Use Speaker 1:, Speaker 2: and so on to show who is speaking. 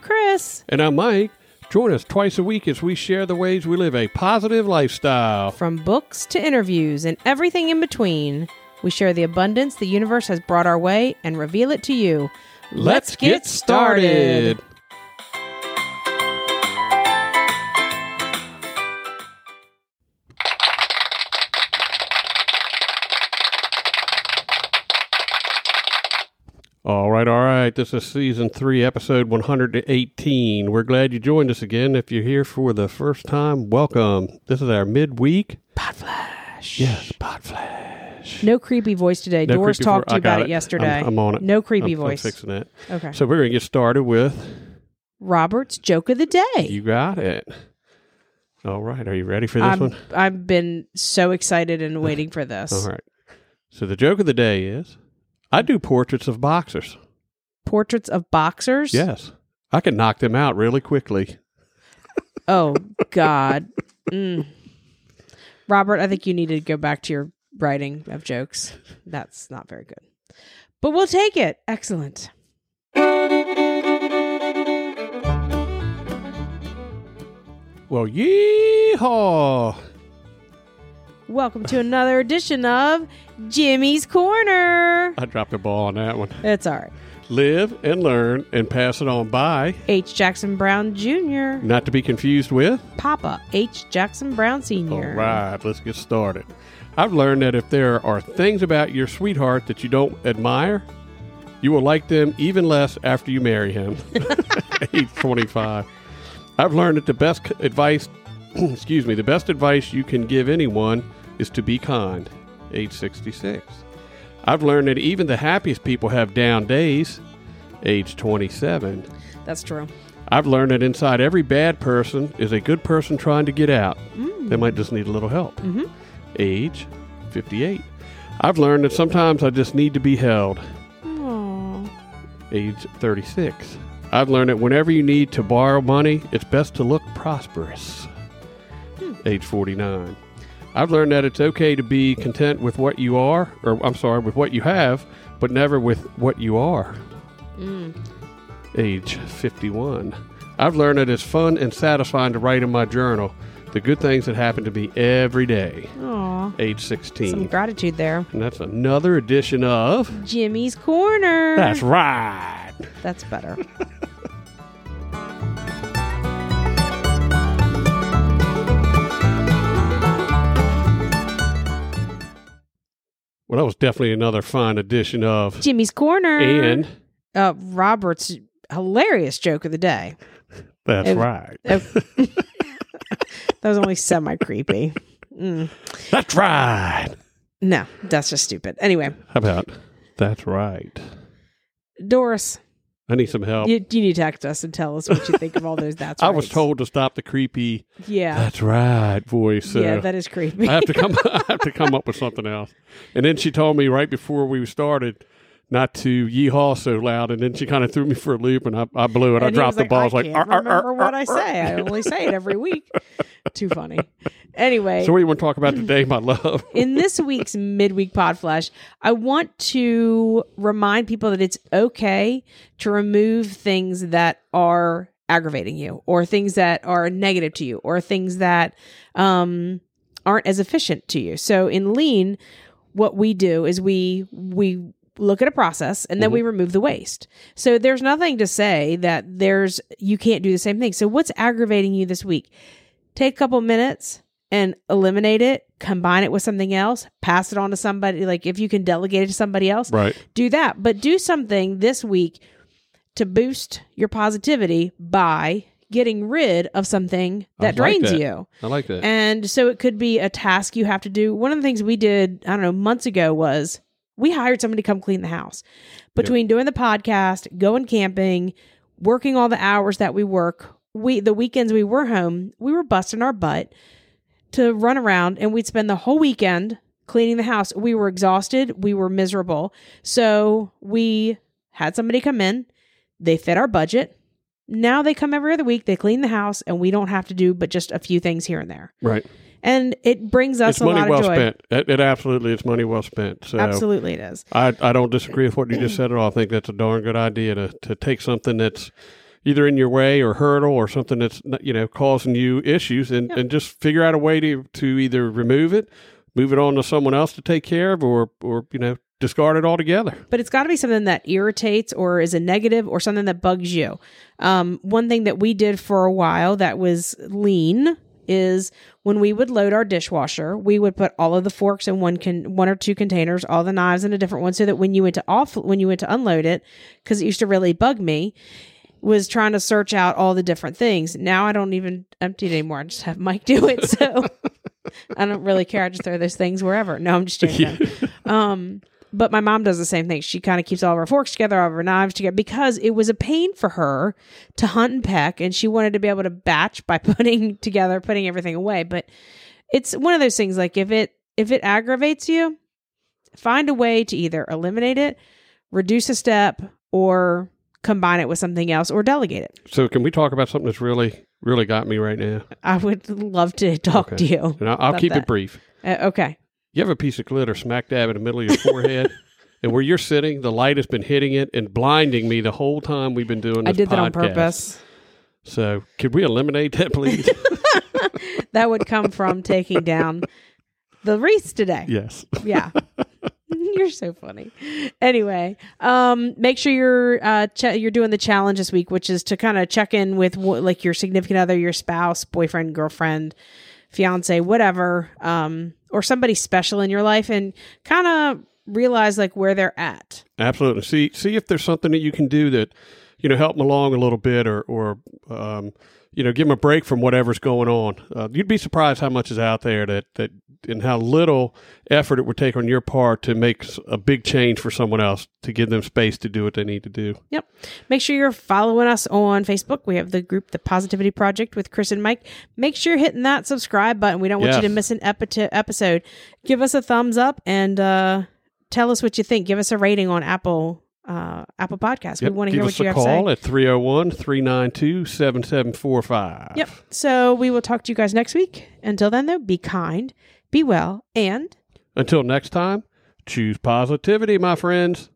Speaker 1: Chris
Speaker 2: And I'm Mike. Join us twice a week as we share the ways we live a positive lifestyle.
Speaker 1: from books to interviews and everything in between. We share the abundance the universe has brought our way and reveal it to you.
Speaker 2: Let's get started. All right, all right. This is season three, episode 118. We're glad you joined us again. If you're here for the first time, welcome. This is our midweek. Podflash. Yes, Podflash.
Speaker 1: No creepy voice today.
Speaker 2: No
Speaker 1: Doris
Speaker 2: creepy vo-
Speaker 1: talked to you
Speaker 2: I got
Speaker 1: about it,
Speaker 2: I'm-
Speaker 1: yesterday.
Speaker 2: I'm, on it.
Speaker 1: No creepy
Speaker 2: I'm- I'm
Speaker 1: voice.
Speaker 2: fixing that.
Speaker 1: okay.
Speaker 2: So we're going to get started with
Speaker 1: Robert's joke of the day.
Speaker 2: You Got It. All right. Are you ready for this
Speaker 1: I'm-
Speaker 2: one?
Speaker 1: I've been so excited and waiting for this.
Speaker 2: All right. So the joke of the day is I do portraits of boxers.
Speaker 1: Portraits of boxers.
Speaker 2: Yes. I can knock them out really quickly.
Speaker 1: Oh God. Mm. Robert, I think you need to go back to your writing of jokes. That's not very good. But we'll take it. Excellent.
Speaker 2: Well, yeehaw.
Speaker 1: Welcome to another edition of Jimmy's Corner.
Speaker 2: I dropped the ball on that one.
Speaker 1: It's all right.
Speaker 2: Live and learn and pass it on by,
Speaker 1: H. Jackson Brown Jr.
Speaker 2: not to be confused with.
Speaker 1: Papa H. Jackson Brown
Speaker 2: All
Speaker 1: Sr.
Speaker 2: right, let's get started. I've learned that if there are things about your sweetheart that you don't admire, you will like them even less after you marry him. Age 25. I've learned that the best c- advice, excuse me, the best advice you can give anyone is to be kind. Age 66. I've learned that even the happiest people have down days. Age 27.
Speaker 1: That's true.
Speaker 2: I've learned that inside every bad person is a good person trying to get out. They might just need a little help.
Speaker 1: Mhm.
Speaker 2: Age 58. I've learned that sometimes I just need to be held.
Speaker 1: Aw.
Speaker 2: Age 36. I've learned that whenever you need to borrow money, it's best to look prosperous. Age 49. I've learned that it's okay to be content with what you are, or I'm sorry, with what you have, but never with what you are. Age 51. I've learned that it's fun and satisfying to write in my journal the good things that happen to me every day.
Speaker 1: Aw.
Speaker 2: Age
Speaker 1: Some
Speaker 2: 16.
Speaker 1: gratitude there.
Speaker 2: And that's another edition of
Speaker 1: Jimmy's Corner.
Speaker 2: That's Right.
Speaker 1: That's better.
Speaker 2: Well, that was definitely another fine edition of
Speaker 1: Jimmy's Corner.
Speaker 2: And
Speaker 1: uh, Robert's hilarious joke of the day.
Speaker 2: that's
Speaker 1: Ev-
Speaker 2: right.
Speaker 1: Uh, that was only semi creepy. Mm.
Speaker 2: That's right.
Speaker 1: No, that's just stupid. Anyway,
Speaker 2: How about that's right?
Speaker 1: Doris,
Speaker 2: I need some help.
Speaker 1: you, you need to text us and tell us what you think of all those. That's
Speaker 2: I was
Speaker 1: rights.
Speaker 2: told to stop the creepy
Speaker 1: Yeah,
Speaker 2: that's right voice. So
Speaker 1: yeah, that is creepy.
Speaker 2: uh, I have to come I have to come up with something else. And then she told me right before we started not to yeehaw so loud and then she kind of threw me for a loop and I, I blew it. I
Speaker 1: And he
Speaker 2: dropped
Speaker 1: was
Speaker 2: the ball. I was like,
Speaker 1: can't
Speaker 2: "Arr, arr,
Speaker 1: remember
Speaker 2: arr,
Speaker 1: what
Speaker 2: arr,
Speaker 1: I
Speaker 2: arr."
Speaker 1: say. I only say it every week. Too funny. Anyway,
Speaker 2: So what do you want to talk about today, my love?
Speaker 1: in this week's midweek pod flash, I want to remind people that it's okay to remove things that are aggravating you or things that are negative to you or things that um, aren't as efficient to you. So in lean, what we do is we we look at a process and then
Speaker 2: Mm-hmm.
Speaker 1: we remove the waste. So there's nothing to say that there's you can't do the same thing. So what's aggravating you this week? Take a couple minutes and eliminate it, combine it with something else, pass it on to somebody like if you can delegate it to somebody else,
Speaker 2: Right.
Speaker 1: do that. But do something this week to boost your positivity by getting rid of something
Speaker 2: I
Speaker 1: that
Speaker 2: like
Speaker 1: drains
Speaker 2: that.
Speaker 1: you.
Speaker 2: I like that.
Speaker 1: And so it could be a task you have to do. One of the things we did, I don't know, months ago was we hired somebody to come clean the house. Between doing the podcast, going camping, working all the hours that we work, we the weekends we were home, we were busting our butt to run around and we'd spend the whole weekend cleaning the house. We were exhausted, we were miserable. So we had somebody come in, they fit our budget. Now they come every other week, they clean the house, and we don't have to do but just a few things here and there
Speaker 2: right.
Speaker 1: and it brings us
Speaker 2: It's
Speaker 1: a lot
Speaker 2: money well
Speaker 1: of joy.
Speaker 2: spent. It, it absolutely is money well spent. So
Speaker 1: Absolutely, it is.
Speaker 2: I, I don't disagree with what you just said at all. I think that's a darn good idea to, to take something that's either in your way or hurdle or something that's you know causing you issues, and, and just figure out a way to to either remove it, move it on to someone else to take care of, or or you know discard it altogether.
Speaker 1: but it's got to be something that irritates or is a negative or something that bugs you. Um, one thing that we did for a while that was lean is when we would load our dishwasher, we would put all of the forks in one con- one or two containers, all the knives in a different one, so that when you went to off when you went to unload it, because it used to really bug me, was trying to search out all the different things. Now I don't even empty it anymore. I just have Mike do it. So I don't really care. I just throw those things wherever. No, I'm just joking. Um, but my mom does the same thing. She kind of keeps all of her forks together, all of her knives together, because it was a pain for her to hunt and peck, and she wanted to be able to batch by putting together, putting everything away. But it's one of those things. Like if it if it aggravates you, find a way to either eliminate it, reduce a step, or combine it with something else, or delegate it.
Speaker 2: So can we talk about something that's really really got me right now?
Speaker 1: I would love to talk
Speaker 2: Okay.
Speaker 1: to you.
Speaker 2: And I'll, I'll
Speaker 1: About
Speaker 2: keep
Speaker 1: that.
Speaker 2: it brief.
Speaker 1: Uh, okay.
Speaker 2: You have a piece of glitter smack dab in the middle of your forehead, and where you're sitting, the light has been hitting it and blinding me the whole time we've been doing this
Speaker 1: I did that on
Speaker 2: podcast.
Speaker 1: purpose.
Speaker 2: So, could we eliminate that, please?
Speaker 1: That would come from taking down the wreaths today.
Speaker 2: yes.
Speaker 1: yeah you're so funny anyway um make sure you're uh che- you're doing the challenge this week which is to kind of check in with wh- like your significant other your spouse boyfriend girlfriend fiance whatever um or somebody special in your life and kind of realize like where they're at
Speaker 2: Absolutely. See, see if there's something that you can do that, you know, help them along a little bit, or, or, um, you know, give them a break from whatever's going on. Uh, you'd be surprised how much is out there that that and how little effort it would take on your part to make s- a big change for someone else to give them space to do what they need to do.
Speaker 1: Yep. Make sure you're following us on Facebook. We have the group The Positivity Project with Chris and Mike. Make sure you're hitting that subscribe button. We don't want
Speaker 2: Yes.
Speaker 1: you to miss an epito- episode. Give us a thumbs up and uh, tell us what you think. Give us a rating on Apple uh, Apple Podcasts.
Speaker 2: Yep.
Speaker 1: We want to
Speaker 2: Give
Speaker 1: hear
Speaker 2: us
Speaker 1: what you
Speaker 2: a
Speaker 1: have to
Speaker 2: call
Speaker 1: say.
Speaker 2: at 301 392 7745.
Speaker 1: Yep. So we will talk to you guys next week. Until then, though, be kind, be well, and
Speaker 2: Until next time, choose positivity, my friends.